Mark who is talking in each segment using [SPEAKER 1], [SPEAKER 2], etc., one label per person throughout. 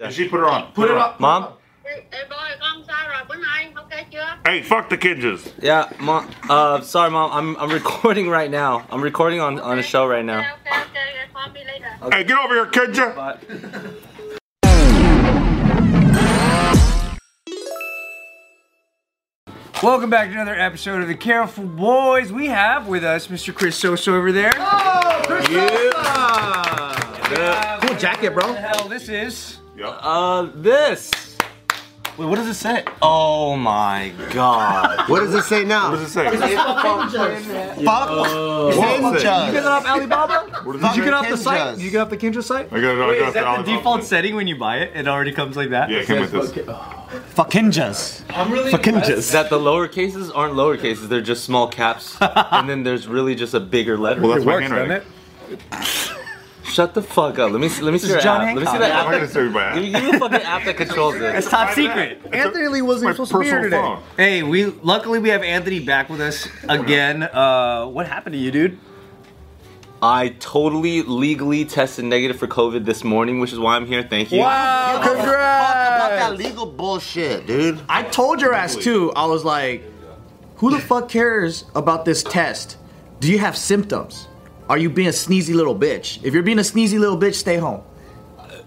[SPEAKER 1] And she put her on. Put, it on.
[SPEAKER 2] Mom?
[SPEAKER 3] Ê, ê bơi con sao rồi bữa nay ok chưa
[SPEAKER 4] Hey, fuck the Kinjas.
[SPEAKER 2] Yeah, mom. Uh, sorry, mom. I'm I'm recording right now. I'm recording on on a show right now.
[SPEAKER 3] ok ok ok call me later
[SPEAKER 4] Hey, get over here, Kinja.
[SPEAKER 2] But
[SPEAKER 5] Welcome back to another episode of the Careful Boys. We have with us Mr. Chris Soso over there.
[SPEAKER 1] Cool jacket, bro.
[SPEAKER 5] The hell this is?
[SPEAKER 2] uh, this. Wait, what does it say? Oh my God.
[SPEAKER 6] What does it say now?
[SPEAKER 4] What does it say?
[SPEAKER 6] Fuck Kinjas.
[SPEAKER 2] get off Alibaba?
[SPEAKER 4] What does
[SPEAKER 6] Did
[SPEAKER 4] it
[SPEAKER 6] you
[SPEAKER 4] say?
[SPEAKER 6] get off the site? Did you get
[SPEAKER 2] off the Kindra site?
[SPEAKER 4] I got it. I got
[SPEAKER 5] Is that the
[SPEAKER 4] olive oil.
[SPEAKER 5] default setting when you buy it? It already comes like that?
[SPEAKER 4] Yeah, it came with this.
[SPEAKER 6] Fuck Kinjas. I'm really Fuck Kinjas.
[SPEAKER 2] That the lower cases aren't lower cases. They're just small caps, and then there's really just a bigger letter.
[SPEAKER 4] Well, that's my handwriting.
[SPEAKER 2] Shut the fuck up. Let me see, let me see your
[SPEAKER 5] John
[SPEAKER 2] app. Let me see
[SPEAKER 5] Hancock.
[SPEAKER 2] that
[SPEAKER 4] I'm
[SPEAKER 2] app.
[SPEAKER 4] not gonna say my
[SPEAKER 2] Give me give me the fucking app that controls
[SPEAKER 5] It's
[SPEAKER 2] this.
[SPEAKER 5] top secret.
[SPEAKER 6] Anthony Lee wasn't
[SPEAKER 4] my
[SPEAKER 6] even supposed to be here
[SPEAKER 4] personal
[SPEAKER 6] today.
[SPEAKER 4] phone.
[SPEAKER 5] Hey, we luckily we have Anthony back with us again. Uh, what happened to you, dude?
[SPEAKER 2] I totally legally tested negative for COVID this morning, which is why I'm here. Thank you.
[SPEAKER 6] Wow,
[SPEAKER 5] congrats.
[SPEAKER 6] Fuck about that legal bullshit, dude.
[SPEAKER 7] I told your ass too. I was like, who the fuck cares about this test? Do you have symptoms? Are you being a sneezy little bitch? If you're being a sneezy little bitch, stay home.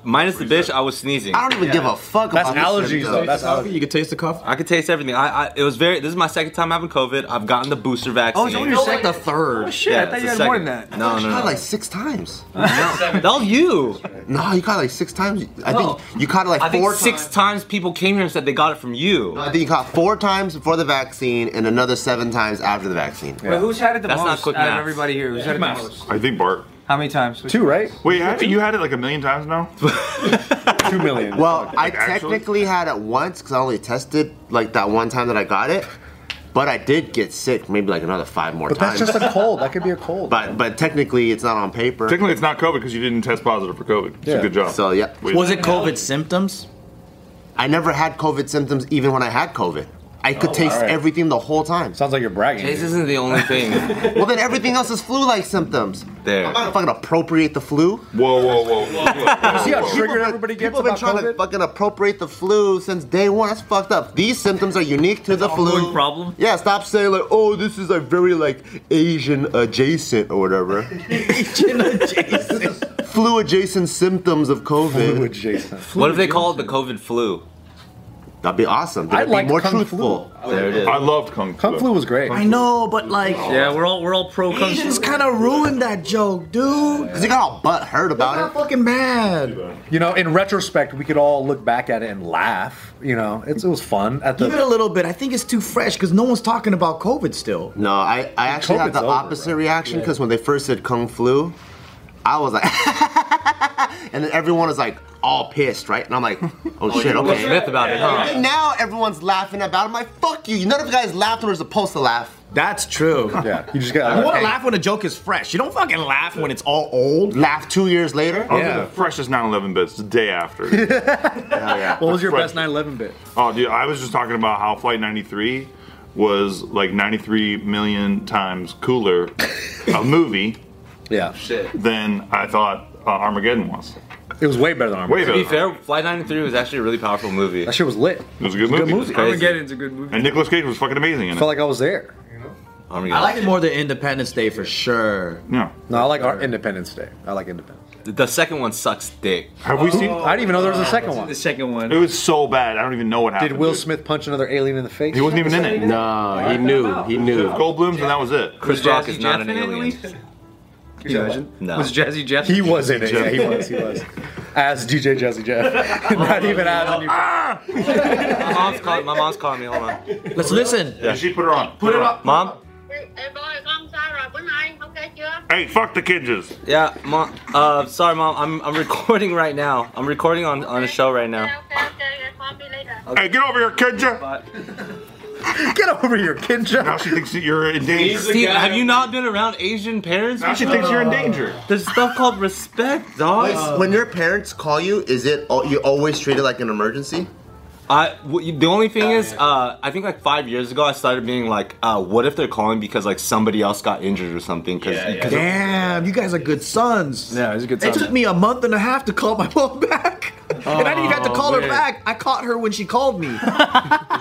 [SPEAKER 2] Minus the bitch, I was sneezing.
[SPEAKER 6] I don't even give a fuck
[SPEAKER 5] That's
[SPEAKER 6] about
[SPEAKER 5] allergies,
[SPEAKER 6] this shit,
[SPEAKER 5] though. That's
[SPEAKER 4] Oh,
[SPEAKER 5] allergies.
[SPEAKER 7] You can taste the cough.
[SPEAKER 2] I could taste everything. I, I it was very. This is my second time having COVID. I've gotten the booster vaccine.
[SPEAKER 5] Oh, only your
[SPEAKER 7] You're like the third.
[SPEAKER 5] Oh, Shit, I thought
[SPEAKER 2] it's
[SPEAKER 5] you
[SPEAKER 2] the
[SPEAKER 5] had
[SPEAKER 2] second.
[SPEAKER 5] more than that.
[SPEAKER 2] No,
[SPEAKER 6] You
[SPEAKER 2] no,
[SPEAKER 6] caught
[SPEAKER 2] no.
[SPEAKER 6] like six times.
[SPEAKER 2] no. That was you.
[SPEAKER 6] No, you caught like six times. I
[SPEAKER 2] No.
[SPEAKER 6] think you caught it like
[SPEAKER 2] Oh. I think
[SPEAKER 6] four
[SPEAKER 2] six
[SPEAKER 6] times.
[SPEAKER 2] times people came here and said they got it from you.
[SPEAKER 6] I think you caught four times before the vaccine and another seven times after the vaccine.
[SPEAKER 5] Wait, who's had it the
[SPEAKER 2] That's
[SPEAKER 5] most
[SPEAKER 2] not quick
[SPEAKER 5] out
[SPEAKER 2] math.
[SPEAKER 5] of everybody here? Who's had it the most?
[SPEAKER 4] I think Bart.
[SPEAKER 5] How many times?
[SPEAKER 7] Two, right?
[SPEAKER 4] Wait, have- you had it like a million times now?
[SPEAKER 7] Two million.
[SPEAKER 6] Well, I
[SPEAKER 4] actually?
[SPEAKER 6] technically had it once because I only tested like that one time that I got it, but I did get sick maybe like another five more
[SPEAKER 7] but that's
[SPEAKER 6] times.
[SPEAKER 7] just a cold. That could be a cold.
[SPEAKER 6] but but technically, it's not on paper.
[SPEAKER 4] Technically, it's not COVID because you didn't test positive for COVID. It's a
[SPEAKER 7] Yeah.
[SPEAKER 4] good job.
[SPEAKER 6] So yeah,
[SPEAKER 4] Wait,
[SPEAKER 7] was it COVID symptoms?
[SPEAKER 6] I never had COVID symptoms even when I had COVID. I
[SPEAKER 7] Oh,
[SPEAKER 6] could taste
[SPEAKER 7] alright.
[SPEAKER 6] everything the whole time.
[SPEAKER 7] Sounds like you're bragging.
[SPEAKER 2] This isn't the only thing.
[SPEAKER 6] well, then everything else is flu-like symptoms.
[SPEAKER 2] There.
[SPEAKER 6] I'm not gonna fucking appropriate the flu.
[SPEAKER 4] Whoa, whoa, whoa. whoa,
[SPEAKER 7] See
[SPEAKER 4] whoa,
[SPEAKER 7] how
[SPEAKER 4] whoa.
[SPEAKER 7] triggered everybody gets
[SPEAKER 6] People have been
[SPEAKER 7] about
[SPEAKER 6] trying
[SPEAKER 7] COVID?
[SPEAKER 6] to fucking appropriate the flu since day one. That's fucked up. These symptoms are unique to the flu.
[SPEAKER 5] ongoing problem?
[SPEAKER 6] Yeah, stop saying like, oh, this is like very like Asian adjacent or whatever. Asian adjacent. flu adjacent symptoms of COVID.
[SPEAKER 7] Fluid, Jason.
[SPEAKER 2] what if they call it the COVID flu?
[SPEAKER 6] That'd be awesome. That'd
[SPEAKER 7] I
[SPEAKER 6] be
[SPEAKER 7] like
[SPEAKER 6] more
[SPEAKER 7] Kung
[SPEAKER 6] truthful.
[SPEAKER 2] There it is.
[SPEAKER 4] I loved Kung Fu.
[SPEAKER 7] Kung flu was great.
[SPEAKER 4] Kung
[SPEAKER 7] I
[SPEAKER 4] Fu.
[SPEAKER 7] know.
[SPEAKER 4] Asian
[SPEAKER 7] No, but like,
[SPEAKER 5] Yeah, we're all we're all pro kung fu.
[SPEAKER 7] just kind of ruined that joke, dude.
[SPEAKER 6] Cause you got all butt hurt about it.
[SPEAKER 7] fucking bad. You know, in retrospect, we could all look back at it and laugh. You know, it's, it was fun at
[SPEAKER 8] Give it a
[SPEAKER 7] the.
[SPEAKER 8] little bit. I think it's too fresh because no one's talking about COVID still.
[SPEAKER 6] No, I, I actually had
[SPEAKER 7] COVID's
[SPEAKER 6] the
[SPEAKER 7] over,
[SPEAKER 6] opposite
[SPEAKER 7] bro.
[SPEAKER 6] reaction because when they first said Kung Flu, I was like, and then everyone was like all pissed, right? And I'm like, oh shit,
[SPEAKER 2] What's the
[SPEAKER 6] okay.
[SPEAKER 2] myth about it, huh?
[SPEAKER 6] And now everyone's laughing about it. I'm like, fuck you. None of you guys laughed when we're supposed to laugh.
[SPEAKER 8] That's true.
[SPEAKER 7] Yeah, you just got.
[SPEAKER 8] You want to laugh when a joke is fresh. You don't fucking laugh when it's all old.
[SPEAKER 6] Laugh two years later.
[SPEAKER 4] Those are
[SPEAKER 7] Yeah.
[SPEAKER 4] The freshest 9/11 bits. The day after.
[SPEAKER 7] What was your
[SPEAKER 4] Right.
[SPEAKER 7] best 9/11 bit?
[SPEAKER 4] oh, dude, I was just talking about how Flight 93 was like 93 million times cooler a movie
[SPEAKER 7] Yeah,
[SPEAKER 4] than I thought uh, Armageddon was.
[SPEAKER 7] it was way better than Armageddon.
[SPEAKER 4] Way
[SPEAKER 2] To be
[SPEAKER 4] better.
[SPEAKER 2] fair, Flight 93 was actually a really powerful movie.
[SPEAKER 7] That shit was lit.
[SPEAKER 4] It was a good
[SPEAKER 7] Good
[SPEAKER 4] movie.
[SPEAKER 7] movie.
[SPEAKER 2] Crazy.
[SPEAKER 5] Armageddon's a good movie.
[SPEAKER 4] And Nicolas Cage was fucking amazing in it.
[SPEAKER 7] Felt like I was there.
[SPEAKER 2] Armageddon.
[SPEAKER 8] I like it more than Independence Day for sure.
[SPEAKER 4] yeah.
[SPEAKER 7] No, I like our Independence Day. I like Independence. Day.
[SPEAKER 2] The second one sucks dick.
[SPEAKER 4] Have we seen?
[SPEAKER 7] I didn't even know there was a second
[SPEAKER 5] The
[SPEAKER 7] one.
[SPEAKER 5] second one.
[SPEAKER 4] It was so bad. I don't even know what happened.
[SPEAKER 7] Did Will
[SPEAKER 4] dude.
[SPEAKER 7] Smith punch another alien in the face?
[SPEAKER 4] He wasn't even in it.
[SPEAKER 6] No, he knew. He knew.
[SPEAKER 4] Goldblum's and that was it.
[SPEAKER 2] Chris Rock is not an alien. No.
[SPEAKER 5] No. Was Jazzy Jeff?
[SPEAKER 7] He was in it. Yeah, he was. He was. As DJ Jazzy Jeff. Not even as. a new-
[SPEAKER 2] My mom's calling. My mom's calling me. Hold on.
[SPEAKER 8] Let's listen.
[SPEAKER 4] And she put her on. Put, it on.
[SPEAKER 2] Mom.
[SPEAKER 3] ê ê bơi con sao rồi bữa nay ok chưa
[SPEAKER 4] Hey, fuck the Kinjas.
[SPEAKER 2] Yeah, mom. Uh, sorry, mom. I'm I'm recording right now. I'm recording on on a show right now.
[SPEAKER 3] ok ok ok call me later
[SPEAKER 4] Hey, get over here, Kinja.
[SPEAKER 7] Get over here, Kinja.
[SPEAKER 4] Now she thinks that you're in danger.
[SPEAKER 2] Steve, have you not been around Asian parents?
[SPEAKER 4] Now she thinks you're in danger.
[SPEAKER 2] There's stuff called respect, dog.
[SPEAKER 6] when your parents call you, is it al- you always treat it like an emergency?
[SPEAKER 2] I w- you- the only thing is, uh, I think like five years ago, I started being like, uh, what if they're calling because like somebody else got injured or something? Because
[SPEAKER 8] Damn, you guys are good sons.
[SPEAKER 7] Yeah, it was a good
[SPEAKER 8] It
[SPEAKER 7] time.
[SPEAKER 8] took me a month and a half to call my mom back. and I didn't even have to
[SPEAKER 9] Oh,
[SPEAKER 8] call her
[SPEAKER 2] man.
[SPEAKER 8] back. I caught her when she called me.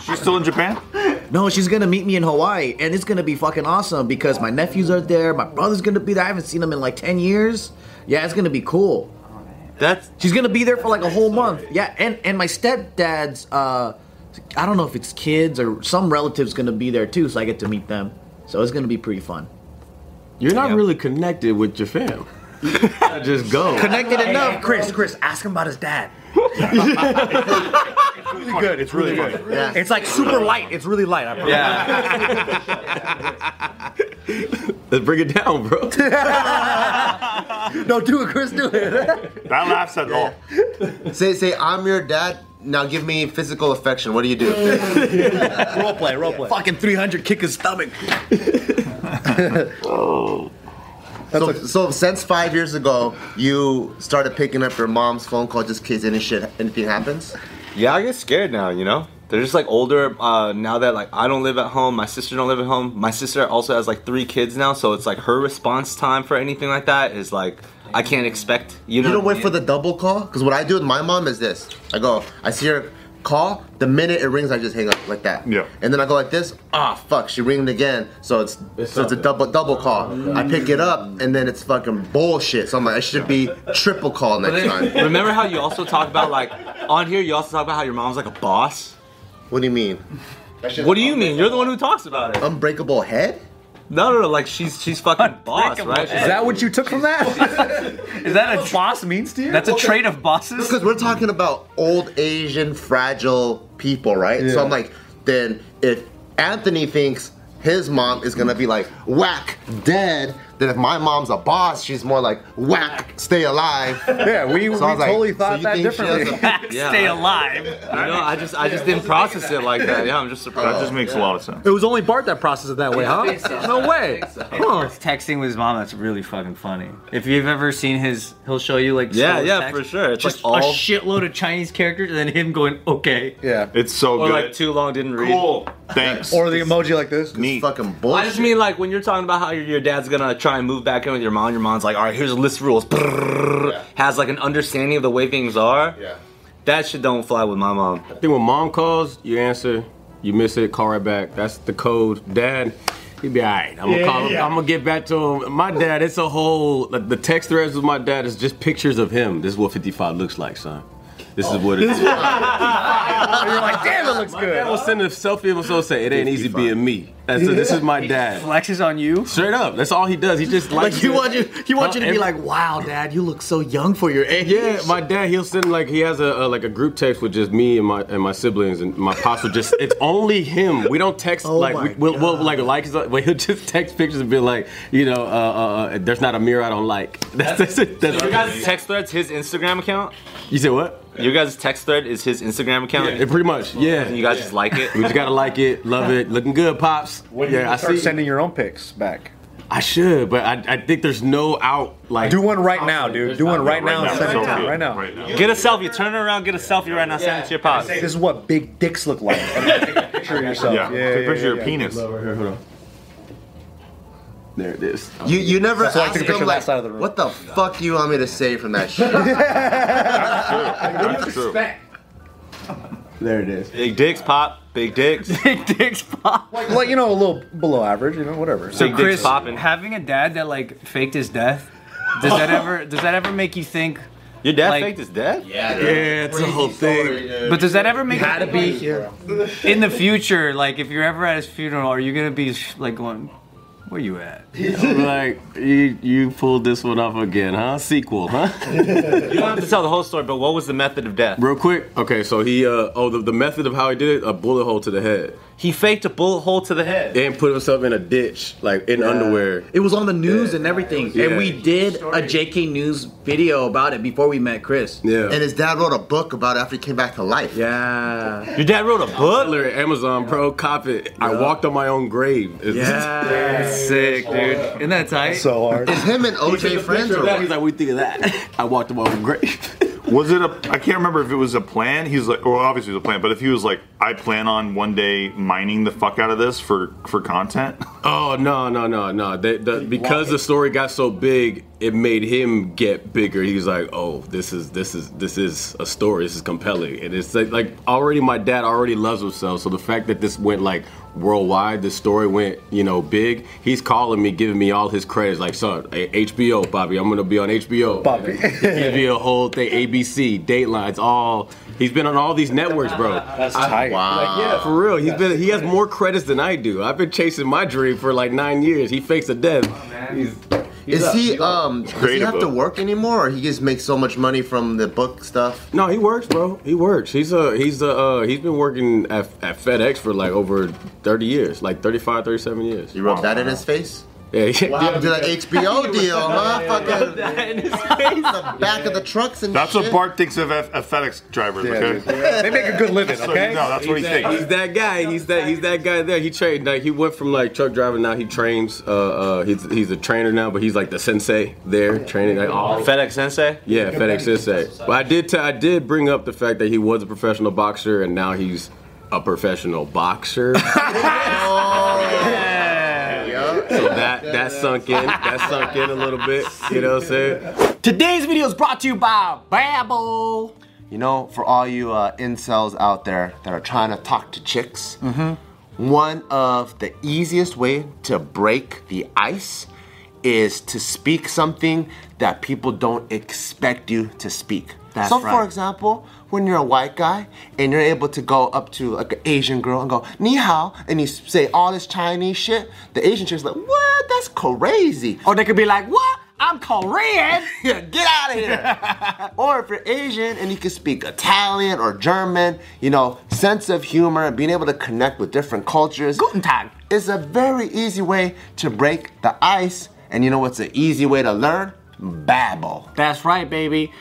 [SPEAKER 4] She's still in Japan?
[SPEAKER 8] No, she's gonna meet me in Hawaii, and it's gonna be fucking awesome because my nephews are there, my brother's gonna be there. I haven't seen him in like ten years. Yeah, it's gonna be cool.
[SPEAKER 2] That's
[SPEAKER 8] She's gonna be there for like a whole month. Yeah, and and my stepdad's, uh, I don't know if it's kids or some relatives gonna be there too, so I get to meet them. So it's gonna be pretty fun.
[SPEAKER 10] You're not really connected with your fam. I just go.
[SPEAKER 8] Connected enough, Chris. Chris, ask him about his dad.
[SPEAKER 4] Really good. It's really good.
[SPEAKER 9] It's like super light. It's really light. I promise.
[SPEAKER 10] Let's bring it down, bro.
[SPEAKER 8] No, do it, Chris. Do it.
[SPEAKER 4] That laughs at all.
[SPEAKER 6] Say, say, I'm your dad. Now give me physical affection. What do you do?
[SPEAKER 9] Role play, role play.
[SPEAKER 8] Fucking 300 kick his stomach.
[SPEAKER 4] "Oh."
[SPEAKER 6] so, so since five years ago, you started picking up your mom's phone call just in case any shit, anything happens.
[SPEAKER 2] yeah. I get scared now. You know, they're just like older uh, now that like I don't live at home. My sister don't live at home. My sister also has like three kids now, so it's like her response time for anything like that is like I can't expect. You know,
[SPEAKER 6] You don't wait for the double call? Because what I do with my mom is this I go, I see her call, the minute it rings, I just hang up like that.
[SPEAKER 4] Yeah.
[SPEAKER 6] And then I go like this, ah, fuck, she ringed again. So it's, so it's a double double call. I pick it up, and then it's fucking bullshit. So I'm like, I should be triple call next time.
[SPEAKER 2] Remember how you also talk about like on here? You also talk about how your mom's like a boss.
[SPEAKER 6] What do you mean?
[SPEAKER 2] What do you mean? You're the one who talks about it.
[SPEAKER 6] Unbreakable head?
[SPEAKER 2] No, no, no. Like she's she's fucking boss, right?
[SPEAKER 9] Is that what you took from that?
[SPEAKER 5] Is that a
[SPEAKER 9] Boss means to you?
[SPEAKER 5] that's a trait of bosses?
[SPEAKER 6] Because we're talking about old Asian fragile people, right? So I'm like, then if Anthony thinks his mom is gonna be like whack dead, then if my mom's a boss, she's more like whack stay alive.
[SPEAKER 9] yeah, we, we
[SPEAKER 6] So I was like,
[SPEAKER 9] totally
[SPEAKER 6] so
[SPEAKER 9] thought
[SPEAKER 6] you
[SPEAKER 9] that
[SPEAKER 6] think she has
[SPEAKER 9] differently.
[SPEAKER 6] a-
[SPEAKER 2] Yeah.
[SPEAKER 5] Stay alive.
[SPEAKER 2] You know, I just I just didn't process it like that. Yeah, I'm just surprised.
[SPEAKER 4] That just makes a lot of sense.
[SPEAKER 9] It was only Bart that processed it that way, huh? No way. Huh.
[SPEAKER 5] Texting with his mom, that's really fucking funny. If you've ever seen his, he'll show you like
[SPEAKER 2] Yeah,
[SPEAKER 5] slow
[SPEAKER 2] yeah,
[SPEAKER 5] text,
[SPEAKER 2] for sure. It's
[SPEAKER 5] just
[SPEAKER 2] like
[SPEAKER 5] a
[SPEAKER 2] all-
[SPEAKER 5] shitload of Chinese characters, and then him going, okay.
[SPEAKER 9] Yeah.
[SPEAKER 4] It's so
[SPEAKER 2] or
[SPEAKER 4] good.
[SPEAKER 2] like too long didn't read.
[SPEAKER 4] cool. Thanks.
[SPEAKER 9] Or the emoji like this.
[SPEAKER 4] Neat.
[SPEAKER 6] Fucking bullshit.
[SPEAKER 2] I just mean like when you're talking about how your, your dad's gonna try and move back in with your mom. Your mom's like, all right, here's a list of rules. Brrrr,
[SPEAKER 6] Yeah.
[SPEAKER 2] Has like an understanding of the way things are.
[SPEAKER 6] yeah.
[SPEAKER 2] That shit don't fly with my mom.
[SPEAKER 10] I think when mom calls, you answer, you miss it, call right back. That's the code. Dad, he'd be all right. I'm gonna call him. I'm gonna get back to him. My dad, it's a whole like, the text threads with my dad is just pictures of him. This is what 55 looks like, son. This is what it is. My
[SPEAKER 9] You're like, damn, it looks
[SPEAKER 10] dad will
[SPEAKER 9] good.
[SPEAKER 10] send a selfie of himself saying, "It ain't easy being me." That's it. this is my dad.
[SPEAKER 5] Flexes on you.
[SPEAKER 10] Straight up, that's all he does. He just likes
[SPEAKER 8] Like you
[SPEAKER 10] it.
[SPEAKER 8] want you, you want you to be
[SPEAKER 10] Every-
[SPEAKER 8] like, wow, dad, you look so young for your age.
[SPEAKER 10] Yeah, my dad he'll send like he has a, a like a group text with just me and my and my siblings and my pops will just it's only him. We don't text
[SPEAKER 8] Oh
[SPEAKER 10] like
[SPEAKER 8] my
[SPEAKER 10] we, we'll, we'll like like but he'll just text pictures and be like you know uh, uh, uh, there's not a mirror I don't like. That's that's it. That's,
[SPEAKER 2] Your guys' text thread's his Instagram account.
[SPEAKER 10] you said what?
[SPEAKER 2] Your guys' text thread is his Instagram account.
[SPEAKER 10] Yeah, pretty much. Yeah,
[SPEAKER 2] You guys just like it.
[SPEAKER 10] we just gotta like it, love it, looking good, pops. yeah, I
[SPEAKER 9] Start
[SPEAKER 10] see.
[SPEAKER 9] sending your own pics back.
[SPEAKER 10] I should, but I, I think there's no out like
[SPEAKER 9] Do one right now, dude. Do one right now and send it
[SPEAKER 4] So
[SPEAKER 9] to me
[SPEAKER 4] good.
[SPEAKER 9] right now.
[SPEAKER 4] Right now.
[SPEAKER 2] Get a selfie. Turn it around. Get a selfie right now. Send it to your pops.
[SPEAKER 9] This is what big dicks look like. And then take a picture of yourself.
[SPEAKER 4] Yeah. Take a picture of your penis.
[SPEAKER 10] there it is.
[SPEAKER 6] You you never
[SPEAKER 9] So I
[SPEAKER 6] ask
[SPEAKER 9] took a picture
[SPEAKER 6] them
[SPEAKER 9] of that
[SPEAKER 6] like,
[SPEAKER 9] side of the room.
[SPEAKER 6] what the fuck do you want me to say from that shit?
[SPEAKER 4] That's true.
[SPEAKER 10] There it is.
[SPEAKER 2] Big dicks, pop. Big dicks.
[SPEAKER 5] Big dicks pop.
[SPEAKER 9] Well, you know, a little below average, you know, whatever.
[SPEAKER 2] Big dicks
[SPEAKER 5] Chris,
[SPEAKER 2] popping.
[SPEAKER 5] having a dad that like faked his death, does that ever does that ever make you think?
[SPEAKER 2] Your dad
[SPEAKER 5] Like-
[SPEAKER 2] faked his death.
[SPEAKER 6] yeah,
[SPEAKER 10] Yeah, it's a whole thing.
[SPEAKER 5] But does that ever make you
[SPEAKER 8] Gotta
[SPEAKER 5] think,
[SPEAKER 8] be
[SPEAKER 5] like,
[SPEAKER 8] here.
[SPEAKER 5] in the future? Like if you're ever at his funeral, are you gonna be sh- like going, where you at?
[SPEAKER 10] like you you pulled this one off again, huh? Sequel, huh?
[SPEAKER 2] You don't have to tell the whole story, but what was the method of death?
[SPEAKER 10] Real quick. Okay, so he uh oh the, the method of how he did it, a bullet hole to the head.
[SPEAKER 2] He faked a bullet hole to the head.
[SPEAKER 10] And put himself in a ditch, like in underwear.
[SPEAKER 8] It was on the news and everything, and
[SPEAKER 10] yeah.
[SPEAKER 8] we did a JK News video about it before we met Chris.
[SPEAKER 10] Yeah.
[SPEAKER 6] And his dad wrote a book about it after he came back to life.
[SPEAKER 8] Yeah.
[SPEAKER 2] Your dad wrote a book.
[SPEAKER 10] Butler, Amazon, bro, cop it. I walked on my own grave. It's-
[SPEAKER 8] Yeah.
[SPEAKER 5] Sick, dude. Isn't that tight?
[SPEAKER 9] so hard.
[SPEAKER 6] Is him and OJ friends
[SPEAKER 10] Picture
[SPEAKER 6] or
[SPEAKER 10] of that,
[SPEAKER 6] what?
[SPEAKER 10] He's like, we think of that. I walked on my own grave.
[SPEAKER 4] Was it a? I can't remember if it was a plan. He's like, well, obviously it was a plan. But if he was like, I plan on one day mining the fuck out of this for for content.
[SPEAKER 10] Oh no no no no! They, the, because the story got so big, it, it made him get bigger. He was like, "Oh, this is this is this is a story. This is compelling." And it's like, like already my dad already loves himself. So the fact that this went like worldwide, this story went you know big. He's calling me, giving me all his credits. Like, son, A- HBO, Bobby, I'm gonna be on HBO. Bobby, give me a whole thing. ABC, Dateline, it's all. He's been on all these networks, bro. That's tight. Like, yeah, for real. He's been he has more credits than I do. I've been chasing my dream for like nine years. He fakes a death. He's, he's
[SPEAKER 6] Is
[SPEAKER 10] up.
[SPEAKER 6] he um? Does he
[SPEAKER 4] creative,
[SPEAKER 6] have to
[SPEAKER 4] though.
[SPEAKER 6] work anymore, or he just makes so much money from the book stuff?
[SPEAKER 10] No, he works, bro. He works. He's a he's a uh, he's been working at, at FedEx for like over 30 years, like 35, 37 years.
[SPEAKER 6] You rub that in his face.
[SPEAKER 10] Yeah, yeah.
[SPEAKER 6] Wow, do that HBO deal, huh? Fucking the back of the trucks and
[SPEAKER 4] That's
[SPEAKER 6] shit.
[SPEAKER 4] what Bart thinks of F- F- FedEx drivers. Okay,
[SPEAKER 5] They make a good living,
[SPEAKER 4] so you
[SPEAKER 5] okay?
[SPEAKER 4] know that's what he
[SPEAKER 10] he's, that, he's
[SPEAKER 4] thinks.
[SPEAKER 10] that guy. He's that he's that guy there. He trained like he went from like truck driver now he trains. Uh, uh, he's he's a trainer now, but he's like the sensei there training like all
[SPEAKER 2] FedEx Sensei.
[SPEAKER 10] Yeah, FedEx Sensei. But I did t- I did bring up the fact that he was a professional boxer and now he's a professional boxer. Oh, So that that sunk in. That sunk in a little bit. You know what I'm saying?
[SPEAKER 8] Today's video is brought to you by Babbel.
[SPEAKER 6] You know, for all you uh, incels out there that are trying to talk to chicks, one of the easiest way to break the ice is to speak something that people don't expect you to speak.
[SPEAKER 8] That's
[SPEAKER 6] so, for
[SPEAKER 8] right.
[SPEAKER 6] example, when you're a white guy and you're able to go up to like an Asian girl and go ni hao, and you say all this Chinese shit, the Asian chick's like, "What? That's crazy."
[SPEAKER 8] Or they could be like, what? I'm Korean.
[SPEAKER 6] Yeah, get out of here. or if you're Asian and you can speak Italian or German, you know, sense of humor and being able to connect with different cultures
[SPEAKER 8] Guten Tag.
[SPEAKER 6] is a very easy way to break the ice. And you know what's an easy way to learn? Babble.
[SPEAKER 8] That's right, baby.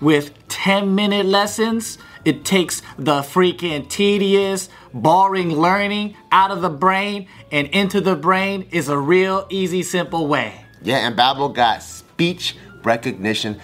[SPEAKER 8] With 10 minute lessons, it takes the freaking tedious, boring learning out of the brain and into the brain is a real easy, simple way.
[SPEAKER 6] Yeah, and Babbel got speech recognition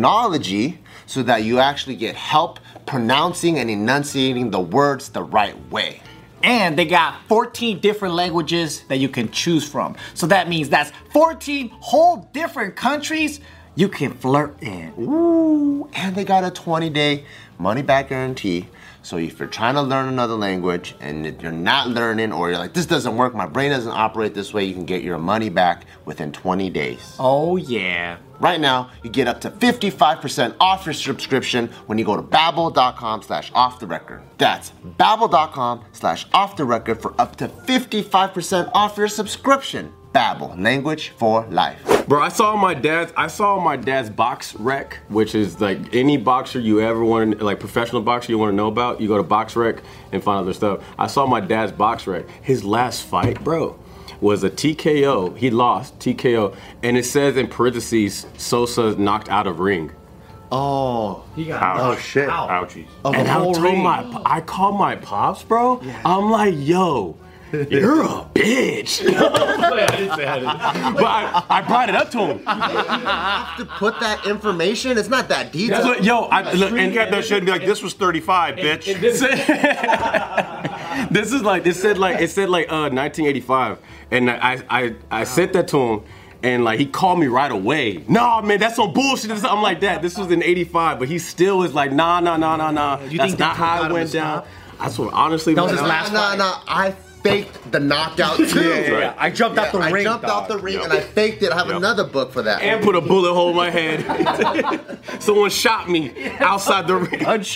[SPEAKER 6] technology so that you actually get help pronouncing and enunciating the words the right way.
[SPEAKER 8] And they got 14 different languages that you can choose from. So that means that's 14 whole different countries you can flirt in.
[SPEAKER 6] Ooh, and they got a 20 day money back guarantee. So if you're trying to learn another language and if you're not learning or you're like, this doesn't work, my brain doesn't operate this way, you can get your money back within 20 days.
[SPEAKER 8] Oh, yeah.
[SPEAKER 6] Right now, you get up to 55% off your subscription when you go to babbel.com slash off the record. That's babbel.com slash off the record for up to 55% off your subscription. Babbel, language for life.
[SPEAKER 10] Bro, I saw my dad's I saw my dad's box rec, which is like any boxer you ever want to like professional boxer you want to know about, you go to box rec and find out their stuff. I saw my dad's box rec. His last fight, bro, was a TKO. He lost TKO. And it says in parentheses, Sosa knocked out of ring.
[SPEAKER 4] Ouch.
[SPEAKER 6] Oh, shit.
[SPEAKER 4] Ouchies.
[SPEAKER 10] and I told my I called my pops, bro. I'm like, yo. You're a bitch. I didn't say I didn't. But I, I brought it up to him.
[SPEAKER 6] To put that information, it's not that detailed.
[SPEAKER 10] That's what, yo, I, look,
[SPEAKER 4] And
[SPEAKER 10] and,
[SPEAKER 4] you got that shit and be like, this was 35, bitch.
[SPEAKER 10] This, this is like this said like it said like uh 1985, and I I I said that to him, and like he called me right away. Nah, man, that's some bullshit. This- I'm like that. This was in '85, but he still is like, nah, nah, nah, nah, nah. that's
[SPEAKER 8] think
[SPEAKER 10] not
[SPEAKER 8] they
[SPEAKER 10] how
[SPEAKER 8] got
[SPEAKER 10] it
[SPEAKER 8] him
[SPEAKER 10] went
[SPEAKER 8] to
[SPEAKER 10] down.
[SPEAKER 8] stop?
[SPEAKER 10] I swear, honestly, that
[SPEAKER 8] was his last
[SPEAKER 6] No, no, no. I faked the knockout too.
[SPEAKER 10] yeah.
[SPEAKER 5] I jumped out the
[SPEAKER 6] I
[SPEAKER 5] ring.
[SPEAKER 6] jumped out
[SPEAKER 5] dog.
[SPEAKER 6] the ring
[SPEAKER 4] Yep.
[SPEAKER 6] and I faked it. I have another book for that.
[SPEAKER 10] And put a bullet hole in my head. Someone shot me outside the ring.
[SPEAKER 4] It was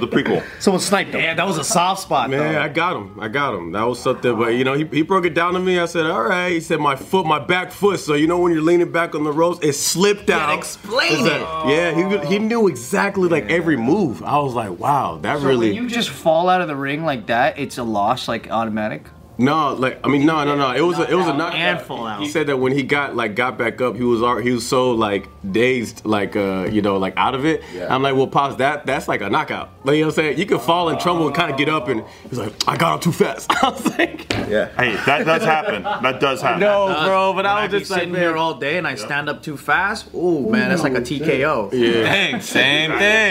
[SPEAKER 4] the prequel.
[SPEAKER 5] Someone sniped him.
[SPEAKER 9] Yeah, that was a soft spot,
[SPEAKER 10] Man,
[SPEAKER 9] though.
[SPEAKER 10] I got him. I got him. That was something. But you know, he, he broke it down to me. I said, "All right." He said, "My foot, my back foot." So you know, when you're leaning back on the ropes, it slipped out.
[SPEAKER 8] explain
[SPEAKER 10] It's like- yeah, he he knew exactly like every move. I was like, "Wow, that
[SPEAKER 5] So
[SPEAKER 10] really."
[SPEAKER 5] when you just fall out of the ring like that, it's a loss, like automatic.
[SPEAKER 10] No, like I mean, no, no, no. It was a, it was a knockout.
[SPEAKER 9] and full out.
[SPEAKER 10] He said that when he got like got back up, he was al- he was so like dazed, like uh you know like out of it. I'm like, well, pause that. That's like a knockout. Like you know what I'm saying? You can fall
[SPEAKER 9] Uh,
[SPEAKER 10] in trouble and kind of get up, and he's like, I got up too fast. I was like,
[SPEAKER 4] Hey, that does happen. That does happen.
[SPEAKER 10] no, bro. But
[SPEAKER 9] I'd
[SPEAKER 10] I was
[SPEAKER 9] be
[SPEAKER 10] just like,
[SPEAKER 9] sitting
[SPEAKER 10] man,
[SPEAKER 9] here all day and I stand up too fast. Oh man, that's like a TKO.
[SPEAKER 2] Dang, same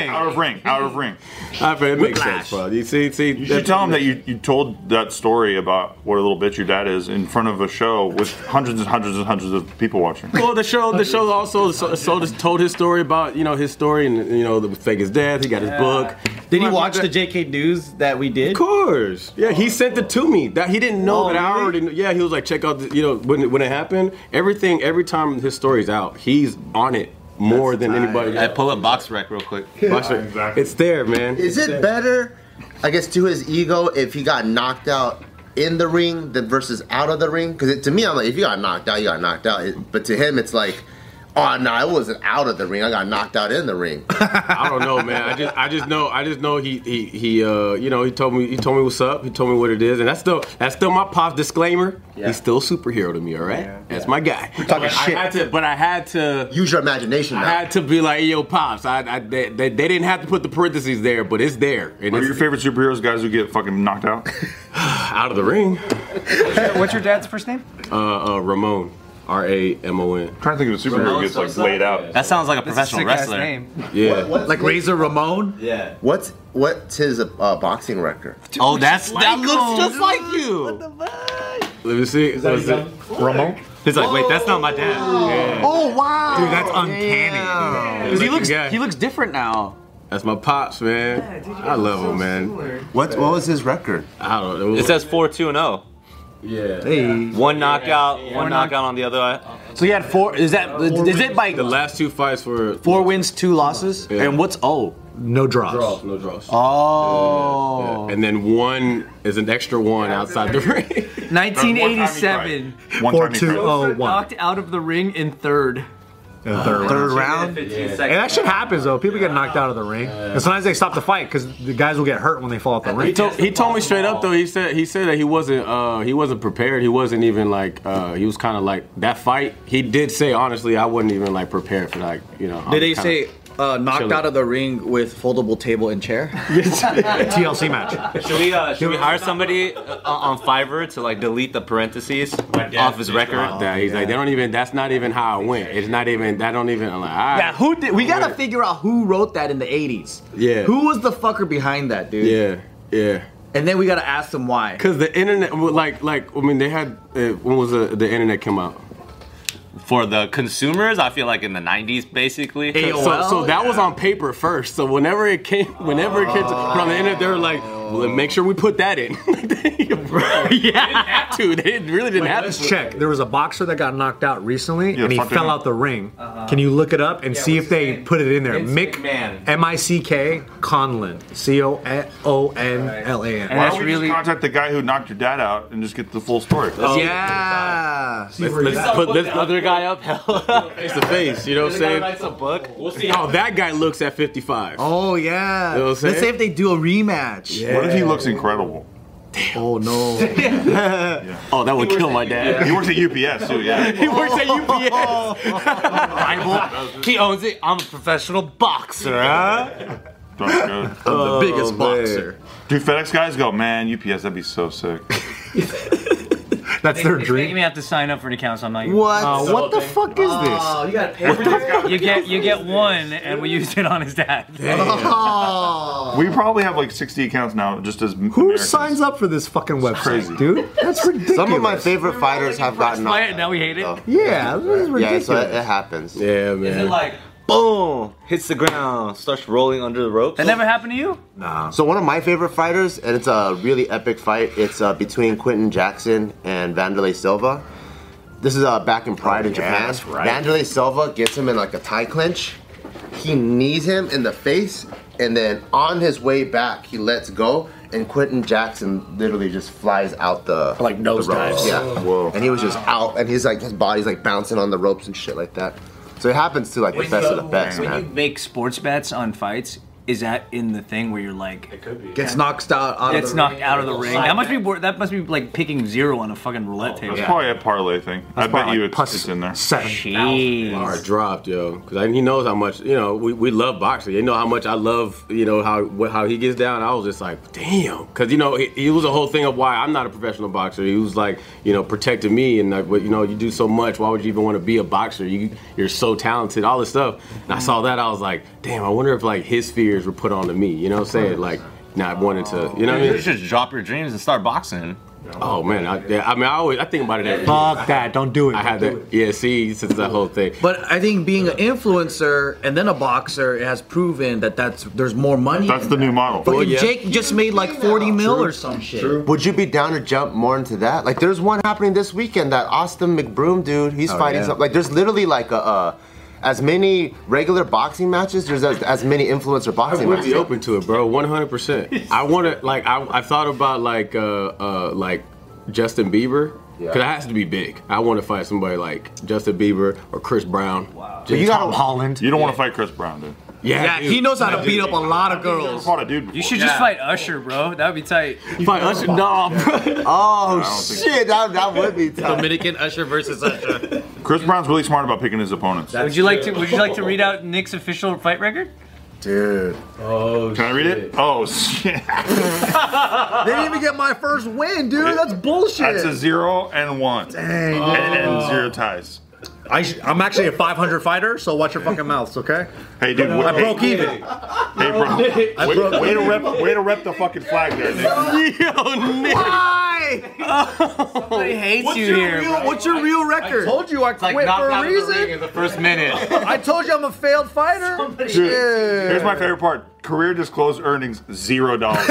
[SPEAKER 4] Out of ring. Out of ring.
[SPEAKER 10] I mean, it makes
[SPEAKER 9] Whiplash.
[SPEAKER 10] sense, bro. You see, see,
[SPEAKER 4] You should tell him that you, you told that story about about what a little bitch your dad is in front of a show with hundreds and hundreds and hundreds of people watching.
[SPEAKER 10] Well, the show, the show also so, so just told his story about you know his story and you know the fake his death. He got his book.
[SPEAKER 9] Did he watch the JK News that we did?
[SPEAKER 10] Of course. Yeah, he sent it to me. That he didn't know
[SPEAKER 9] Oh,
[SPEAKER 10] that I
[SPEAKER 9] really?
[SPEAKER 10] already knew. Yeah, he was like, check out, the, you know, when it, when it happened, everything. Every time his story's out, he's on it more than anybody.
[SPEAKER 2] Hey,
[SPEAKER 10] else.
[SPEAKER 2] pull up box rec real quick.
[SPEAKER 10] Watch it.
[SPEAKER 4] Exactly.
[SPEAKER 10] It's there, man.
[SPEAKER 6] Is it better, I guess, to his ego if he got knocked out in the ring than versus out of the ring? Because to me, I'm like, if you got knocked out, you got knocked out. It- But to him, it's like, oh no, I wasn't out of the ring. I got knocked out in the ring.
[SPEAKER 10] I don't know, man. I just, I just know, I just know he, he, he, uh, you know, he told me, he told me what's up. He told me what it is, and that's still, that's still my pop disclaimer. He's still a superhero to me, all right? That's my guy.
[SPEAKER 6] talking
[SPEAKER 10] But
[SPEAKER 6] shit.
[SPEAKER 10] I had to, but I had to.
[SPEAKER 6] Use your imagination
[SPEAKER 10] I
[SPEAKER 6] now.
[SPEAKER 10] had to be like, yo, pops. I, I they, they, they didn't have to put the parentheses there, but it's there. And
[SPEAKER 4] What are
[SPEAKER 10] it's
[SPEAKER 4] your favorite superheroes, guys who get fucking knocked out?
[SPEAKER 10] out of the ring.
[SPEAKER 5] What's your dad's first name?
[SPEAKER 10] Uh, uh, Ramon, R A M O N.
[SPEAKER 4] trying to think of a superhero who gets like laid out.
[SPEAKER 2] That sounds like a
[SPEAKER 5] That's a
[SPEAKER 2] professional
[SPEAKER 5] sick-ass
[SPEAKER 2] wrestler.
[SPEAKER 5] Name.
[SPEAKER 10] Yeah.
[SPEAKER 9] Like Razor Ramon?
[SPEAKER 2] Yeah.
[SPEAKER 6] What's what's his uh, boxing record?
[SPEAKER 2] Oh, that's that looks just like you.
[SPEAKER 10] Let me see. Let me see.
[SPEAKER 9] Ramon?
[SPEAKER 2] He's like, wait, that's not my dad.
[SPEAKER 6] Oh wow,
[SPEAKER 9] Dude, that's uncanny.
[SPEAKER 10] He
[SPEAKER 8] He looks,
[SPEAKER 10] guy.
[SPEAKER 8] he looks different now.
[SPEAKER 10] That's my pops, man. I love him, man.
[SPEAKER 6] What what was his record?
[SPEAKER 10] I don't know.
[SPEAKER 2] It says four, two, and zero.
[SPEAKER 10] yeah.
[SPEAKER 9] Hey.
[SPEAKER 2] One knockout, one knockout on the other.
[SPEAKER 8] So he had four. Is that is it by
[SPEAKER 10] The last two fights were
[SPEAKER 8] four wins, two losses?
[SPEAKER 10] Yeah.
[SPEAKER 8] And what's oh?
[SPEAKER 9] No drops.
[SPEAKER 10] draws, no draws.
[SPEAKER 8] Oh.
[SPEAKER 10] And then one is an extra one outside the ring.
[SPEAKER 5] 1987.
[SPEAKER 4] One
[SPEAKER 9] Four,
[SPEAKER 4] time he
[SPEAKER 9] two,
[SPEAKER 4] tried.
[SPEAKER 9] oh, one.
[SPEAKER 5] Knocked out of the ring in third.
[SPEAKER 9] Third, round. And that shit happens though. People get knocked out of the ring, and sometimes they stop the fight because the guys will get hurt when they fall out the
[SPEAKER 10] He
[SPEAKER 9] ring.
[SPEAKER 10] told, he told me straight up though. He said he said that he wasn't uh, he wasn't prepared. He wasn't even like uh, he was kind of like that fight. He did say honestly, I wasn't even like prepared for like you know. I
[SPEAKER 8] Did they
[SPEAKER 10] was kinda-
[SPEAKER 8] say uh, knocked
[SPEAKER 10] Chilling.
[SPEAKER 8] out of the ring with foldable table and chair?
[SPEAKER 9] TLC match.
[SPEAKER 2] Should we uh, should we hire somebody uh, on Fiverr to like delete the parentheses off his record?
[SPEAKER 10] that? He's like they don't even. That's not even how I went. It's not even. That don't even. I'm like, all right.
[SPEAKER 8] Yeah, who did? We gotta figure out who wrote that in the '80s.
[SPEAKER 10] Yeah.
[SPEAKER 8] Who was the fucker behind that, dude?
[SPEAKER 10] Yeah, yeah.
[SPEAKER 8] And then we gotta ask them why.
[SPEAKER 10] Cause the internet, well, like, like I mean, they had uh, when was the, the internet came out?
[SPEAKER 2] For the consumers, I feel like in the '90s, basically.
[SPEAKER 10] so, so that was on paper first. So whenever it came, whenever it came to, from the internet, they were like, well, make sure we put that in. Bro, yeah, didn't have to. They didn't- really didn't have
[SPEAKER 9] Let's
[SPEAKER 10] to.
[SPEAKER 9] check. There was a boxer that got knocked out recently,
[SPEAKER 4] Yeah,
[SPEAKER 9] and he
[SPEAKER 4] fucking-
[SPEAKER 9] fell out the ring. Can you look it up and see if they put it in there? Mick
[SPEAKER 2] McMahon.
[SPEAKER 9] M I C K Conlon C O O N L A N.
[SPEAKER 5] And
[SPEAKER 4] Why
[SPEAKER 5] that's
[SPEAKER 4] don't we
[SPEAKER 5] really.
[SPEAKER 4] just contact the guy who knocked your dad out and just get the full story?
[SPEAKER 8] yeah.
[SPEAKER 10] Let's put this other guy up. face to face. You know what I'm saying?
[SPEAKER 2] a book. We'll see.
[SPEAKER 10] Oh, that guy looks at 55.
[SPEAKER 8] Oh yeah.
[SPEAKER 10] You know what I'm
[SPEAKER 8] Let's
[SPEAKER 10] saying?
[SPEAKER 8] see if they do a rematch.
[SPEAKER 4] What if he looks incredible?
[SPEAKER 8] Oh no.
[SPEAKER 10] Oh, that would kill my dad.
[SPEAKER 4] He works at UPS too. Yeah.
[SPEAKER 10] He works at UPS.
[SPEAKER 2] He owns it. I'm a professional boxer. Huh?
[SPEAKER 4] That's good.
[SPEAKER 8] the biggest boxer.
[SPEAKER 4] Dude, FedEx guys go, man, UPS, that'd be so sick.
[SPEAKER 9] That's their
[SPEAKER 5] You're making
[SPEAKER 9] dream.
[SPEAKER 5] me have to sign up for an account, so I'm not.
[SPEAKER 9] Uh,
[SPEAKER 8] What?
[SPEAKER 9] what the fuck is this?
[SPEAKER 8] you gotta pay for this.
[SPEAKER 5] You get you get one, and we used it on his dad.
[SPEAKER 8] Oh.
[SPEAKER 4] We probably have like 60 accounts now, just as
[SPEAKER 9] Who signs up for this fucking website,
[SPEAKER 4] crazy.
[SPEAKER 9] dude? That's ridiculous.
[SPEAKER 6] Some of my favorite fighters have gotten knocked
[SPEAKER 5] Play it, now we hate it.
[SPEAKER 6] out.
[SPEAKER 9] Yeah, this is
[SPEAKER 6] Yeah,
[SPEAKER 9] ridiculous.
[SPEAKER 6] so it, it happens.
[SPEAKER 10] Yeah, man.
[SPEAKER 2] like boom, hits the ground, starts rolling under the ropes.
[SPEAKER 5] That never happened to you?
[SPEAKER 6] So one of my favorite fighters, and it's a really epic fight. It's uh, between Quentin Jackson and Vanderlei Silva. This is uh, back in Pride in Japan.
[SPEAKER 9] Oh, that's right.
[SPEAKER 6] Vanderlei Silva gets him in like a tie clinch. He knees him in the face, and then on his way back, he lets go, and Quentin Jackson literally just flies out the
[SPEAKER 8] Like nose
[SPEAKER 6] the
[SPEAKER 8] dives.
[SPEAKER 6] ropes. Yeah, and he was just out, and he's like his body's like bouncing on the ropes and shit like that. So it happens to like the best of the best,
[SPEAKER 5] When you
[SPEAKER 6] man.
[SPEAKER 5] make sports bets on fights, is that in the thing where you're like,
[SPEAKER 8] Gets knocked out. out of
[SPEAKER 5] it's
[SPEAKER 8] the
[SPEAKER 5] knocked
[SPEAKER 8] ring.
[SPEAKER 5] out of the ring? That must be wor- that must be like picking zero on a fucking roulette table.
[SPEAKER 4] That's probably a parlay thing. I bet
[SPEAKER 9] Probably
[SPEAKER 4] you
[SPEAKER 9] like
[SPEAKER 4] it's,
[SPEAKER 9] plus
[SPEAKER 4] it's in there.
[SPEAKER 9] Seven.
[SPEAKER 5] Jeez.
[SPEAKER 10] Or dropped, yo, because he knows how much you know. We, we love boxing. You know how much I love. You know how wh- how he gets down. I was just like, damn, because you know it, it was a whole thing of why I'm not a professional boxer. He was like, you know, protecting me and like, what you know, you do so much. Why would you even want to be a boxer? You you're so talented, all this stuff. And I saw that, I was like, damn, I wonder if like his fears were put onto me. You know, what I'm saying like not wanting to. You know what I
[SPEAKER 2] You
[SPEAKER 10] mean?
[SPEAKER 2] should just drop your dreams and start boxing.
[SPEAKER 10] Oh man, I, yeah, I mean, I always I think about it every day.
[SPEAKER 9] Fuck that. Don't do it.
[SPEAKER 10] I had that. Yeah, see, since that whole thing.
[SPEAKER 8] But I think being an influencer and then a boxer it has proven that that's there's more money.
[SPEAKER 4] That's
[SPEAKER 8] in
[SPEAKER 4] the
[SPEAKER 8] that.
[SPEAKER 4] new model.
[SPEAKER 8] Fucking
[SPEAKER 10] Well, yeah.
[SPEAKER 8] Jake just made like 40 mil or some shit.
[SPEAKER 6] Would you be down to jump more into that? Like, there's one happening this weekend that Austin McBroom dude, he's fighting
[SPEAKER 9] yeah.
[SPEAKER 6] something. Like, there's literally like a, uh, as many regular boxing matches, there's as, as many influencer
[SPEAKER 10] I
[SPEAKER 6] boxing
[SPEAKER 10] would
[SPEAKER 6] matches.
[SPEAKER 10] be open to it, bro. One hundred percent. I want to like I I thought about like uh uh like Justin Bieber. Cause it has to be big. I want to fight somebody like Justin Bieber or Chris Brown. Wow.
[SPEAKER 6] But you
[SPEAKER 9] Tom
[SPEAKER 6] gotta,
[SPEAKER 9] Holland.
[SPEAKER 4] You don't want to fight Chris Brown, dude.
[SPEAKER 10] Yeah,
[SPEAKER 8] Yeah,
[SPEAKER 10] dude.
[SPEAKER 8] he knows how to beat up a lot of
[SPEAKER 4] You
[SPEAKER 8] girls.
[SPEAKER 4] fought a dude before.
[SPEAKER 5] You should just fight Usher, bro. That would be tight.
[SPEAKER 10] Fight Usher. Nah, bro.
[SPEAKER 6] oh shit, that, that would be tough.
[SPEAKER 8] Dominican Usher versus Usher.
[SPEAKER 4] Chris Brown's really smart about picking his opponents.
[SPEAKER 5] Would you like to? Would you like to read out Nick's official fight record?
[SPEAKER 6] Dude.
[SPEAKER 4] Can I read it? Oh shit!
[SPEAKER 8] Didn't even get my first win, dude. That's bullshit.
[SPEAKER 4] That's a zero and one, and, and zero ties.
[SPEAKER 7] I sh- I'm actually a 500 fighter, so watch your fucking mouths, okay?
[SPEAKER 4] Hey, dude. Wait,
[SPEAKER 7] I broke even.
[SPEAKER 4] Hey, bro. Way, way to rep. Way to rep the fucking flag there, Nick.
[SPEAKER 8] Why?
[SPEAKER 5] He hates you here.
[SPEAKER 8] What's your real record?
[SPEAKER 7] Told you I quit
[SPEAKER 8] knocked
[SPEAKER 7] for
[SPEAKER 8] out
[SPEAKER 7] a
[SPEAKER 8] of the
[SPEAKER 7] reason.
[SPEAKER 8] ring in the first minute.
[SPEAKER 7] I told you I'm a failed fighter.
[SPEAKER 4] Dude, here's my favorite part: career disclosed earnings zero dollars.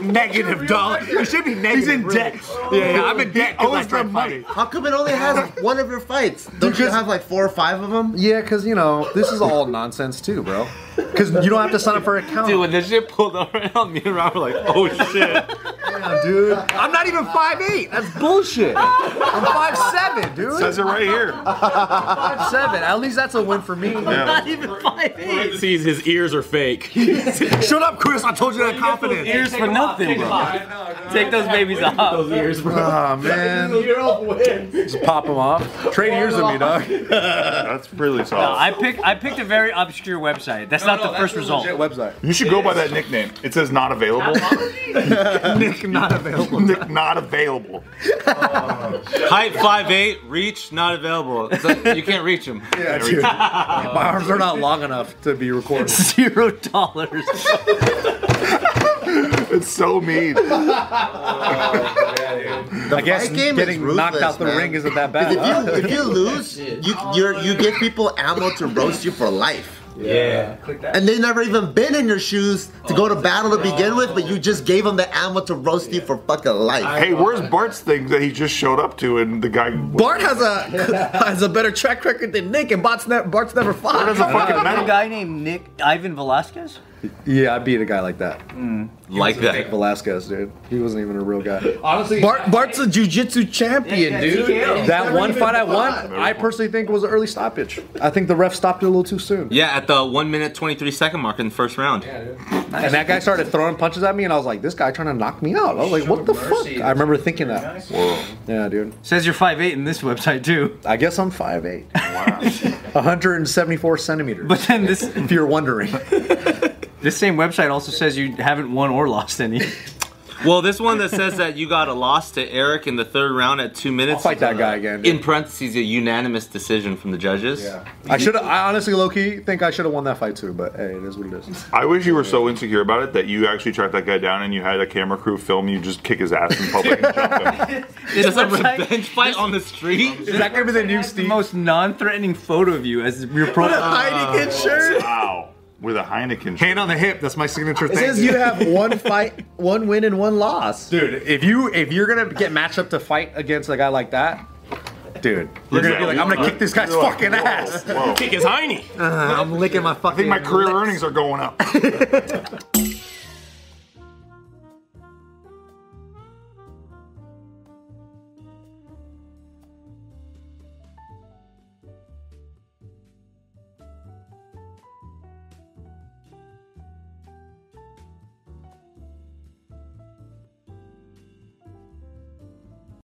[SPEAKER 9] Negative dollar. You should be negative. He's in debt. Yeah, yeah, I'm in debt.
[SPEAKER 4] owes
[SPEAKER 9] Owes
[SPEAKER 4] them
[SPEAKER 9] them money.
[SPEAKER 6] How come it only has one of your fights? Don't you have like four or five of them?
[SPEAKER 7] Yeah, because you know this is all nonsense too, bro. Because you don't have to sign up for an account,
[SPEAKER 2] Dude, when this shit pulled up right now, me and Rob were like, oh shit.
[SPEAKER 7] dude. I'm not even 5'8". That's bullshit. I'm 5'7", dude.
[SPEAKER 4] Says it right here.
[SPEAKER 7] 5'7". At least that's a win for me.
[SPEAKER 4] Yeah.
[SPEAKER 8] even five eight.
[SPEAKER 10] Sees his ears are fake.
[SPEAKER 9] Shut up, Chris. I told you that confidence.
[SPEAKER 5] Ears for nothing, bro. Take those babies off.
[SPEAKER 7] Oh man. Just pop them off. Trade years with me, dog.
[SPEAKER 4] That's really solid.
[SPEAKER 5] I picked. I picked a very obscure website. That's not the first result.
[SPEAKER 7] Website.
[SPEAKER 4] You should go by that nickname. It says not available.
[SPEAKER 9] Nick not available.
[SPEAKER 4] Nick not available.
[SPEAKER 2] Height 5'8, reach not available. It's like, you can't reach him.
[SPEAKER 7] Yeah, dude. My arms are not long enough to be recorded.
[SPEAKER 5] Zero dollars.
[SPEAKER 4] It's so mean.
[SPEAKER 6] I guess game
[SPEAKER 7] Getting
[SPEAKER 6] is
[SPEAKER 7] knocked out the
[SPEAKER 6] ruthless, man.
[SPEAKER 7] ring isn't that
[SPEAKER 6] Because
[SPEAKER 7] bad. huh?
[SPEAKER 6] if you if you lose, you you're, you give people ammo to roast you for life.
[SPEAKER 8] Yeah.
[SPEAKER 6] And they never even been in your shoes to go to battle to begin with, but you just gave them the ammo to roast you for fucking life.
[SPEAKER 4] Hey, where's Bart's thing that he just showed up to and the guy? Where
[SPEAKER 8] Bart has a has a better track record than Nick, and Bart's, ne- Bart's never fought.
[SPEAKER 4] does the fucking
[SPEAKER 5] A
[SPEAKER 4] medal?
[SPEAKER 5] guy named Nick Ivan Velasquez.
[SPEAKER 7] Yeah, I beat a guy like that.
[SPEAKER 2] Like that.
[SPEAKER 7] Velasquez, dude. He wasn't even a real guy.
[SPEAKER 8] Bart, Bart's a jujitsu champion, dude.
[SPEAKER 7] That one fight I won, I personally think was an early stoppage. I think the ref stopped it a little too soon.
[SPEAKER 2] Yeah, at the 1 minute 23 second mark in the first round.
[SPEAKER 7] And that guy started throwing punches at me, and I was like, this guy trying to knock me out. I was like, what the fuck? I remember thinking that. Yeah, dude.
[SPEAKER 5] Says you're 5'8 in this website too.
[SPEAKER 7] I guess I'm 5'8. 174 centimeters.
[SPEAKER 5] But then this
[SPEAKER 7] if you're wondering,
[SPEAKER 5] this same website also says you haven't won or lost any.
[SPEAKER 2] Well, this one that says that you got a loss to Eric in the third round at two minutes.
[SPEAKER 7] I'll fight that guy again. dude.
[SPEAKER 2] In parentheses, a unanimous decision from the judges.
[SPEAKER 7] I should. I honestly, low key, think I should have won that fight too. But hey, it is what it is.
[SPEAKER 4] I wish you were so insecure about it that you actually tracked that guy down and you had a camera crew film you just kick his ass in public and jump him.
[SPEAKER 5] This
[SPEAKER 2] Just a
[SPEAKER 5] website
[SPEAKER 2] revenge fight on the street.
[SPEAKER 5] Is that gonna be the new Steve? The most non-threatening photo of you as your profile.
[SPEAKER 7] Uh,
[SPEAKER 8] Heineken shirt.
[SPEAKER 4] Wow. With a Heineken. shot.
[SPEAKER 9] Hand on the hip. That's my signature
[SPEAKER 7] It
[SPEAKER 9] thing.
[SPEAKER 7] says you have one fight, one win, and one loss.
[SPEAKER 9] dude.
[SPEAKER 7] If you if you're gonna get matched up to fight against a guy like that, dude, you're gonna be like, I'm gonna kick this guy's
[SPEAKER 4] You're like,
[SPEAKER 7] fucking
[SPEAKER 4] whoa,
[SPEAKER 7] ass.
[SPEAKER 4] whoa. I
[SPEAKER 10] Kick his hiney.
[SPEAKER 7] I'm licking my fucking.
[SPEAKER 4] think my career earnings are going up.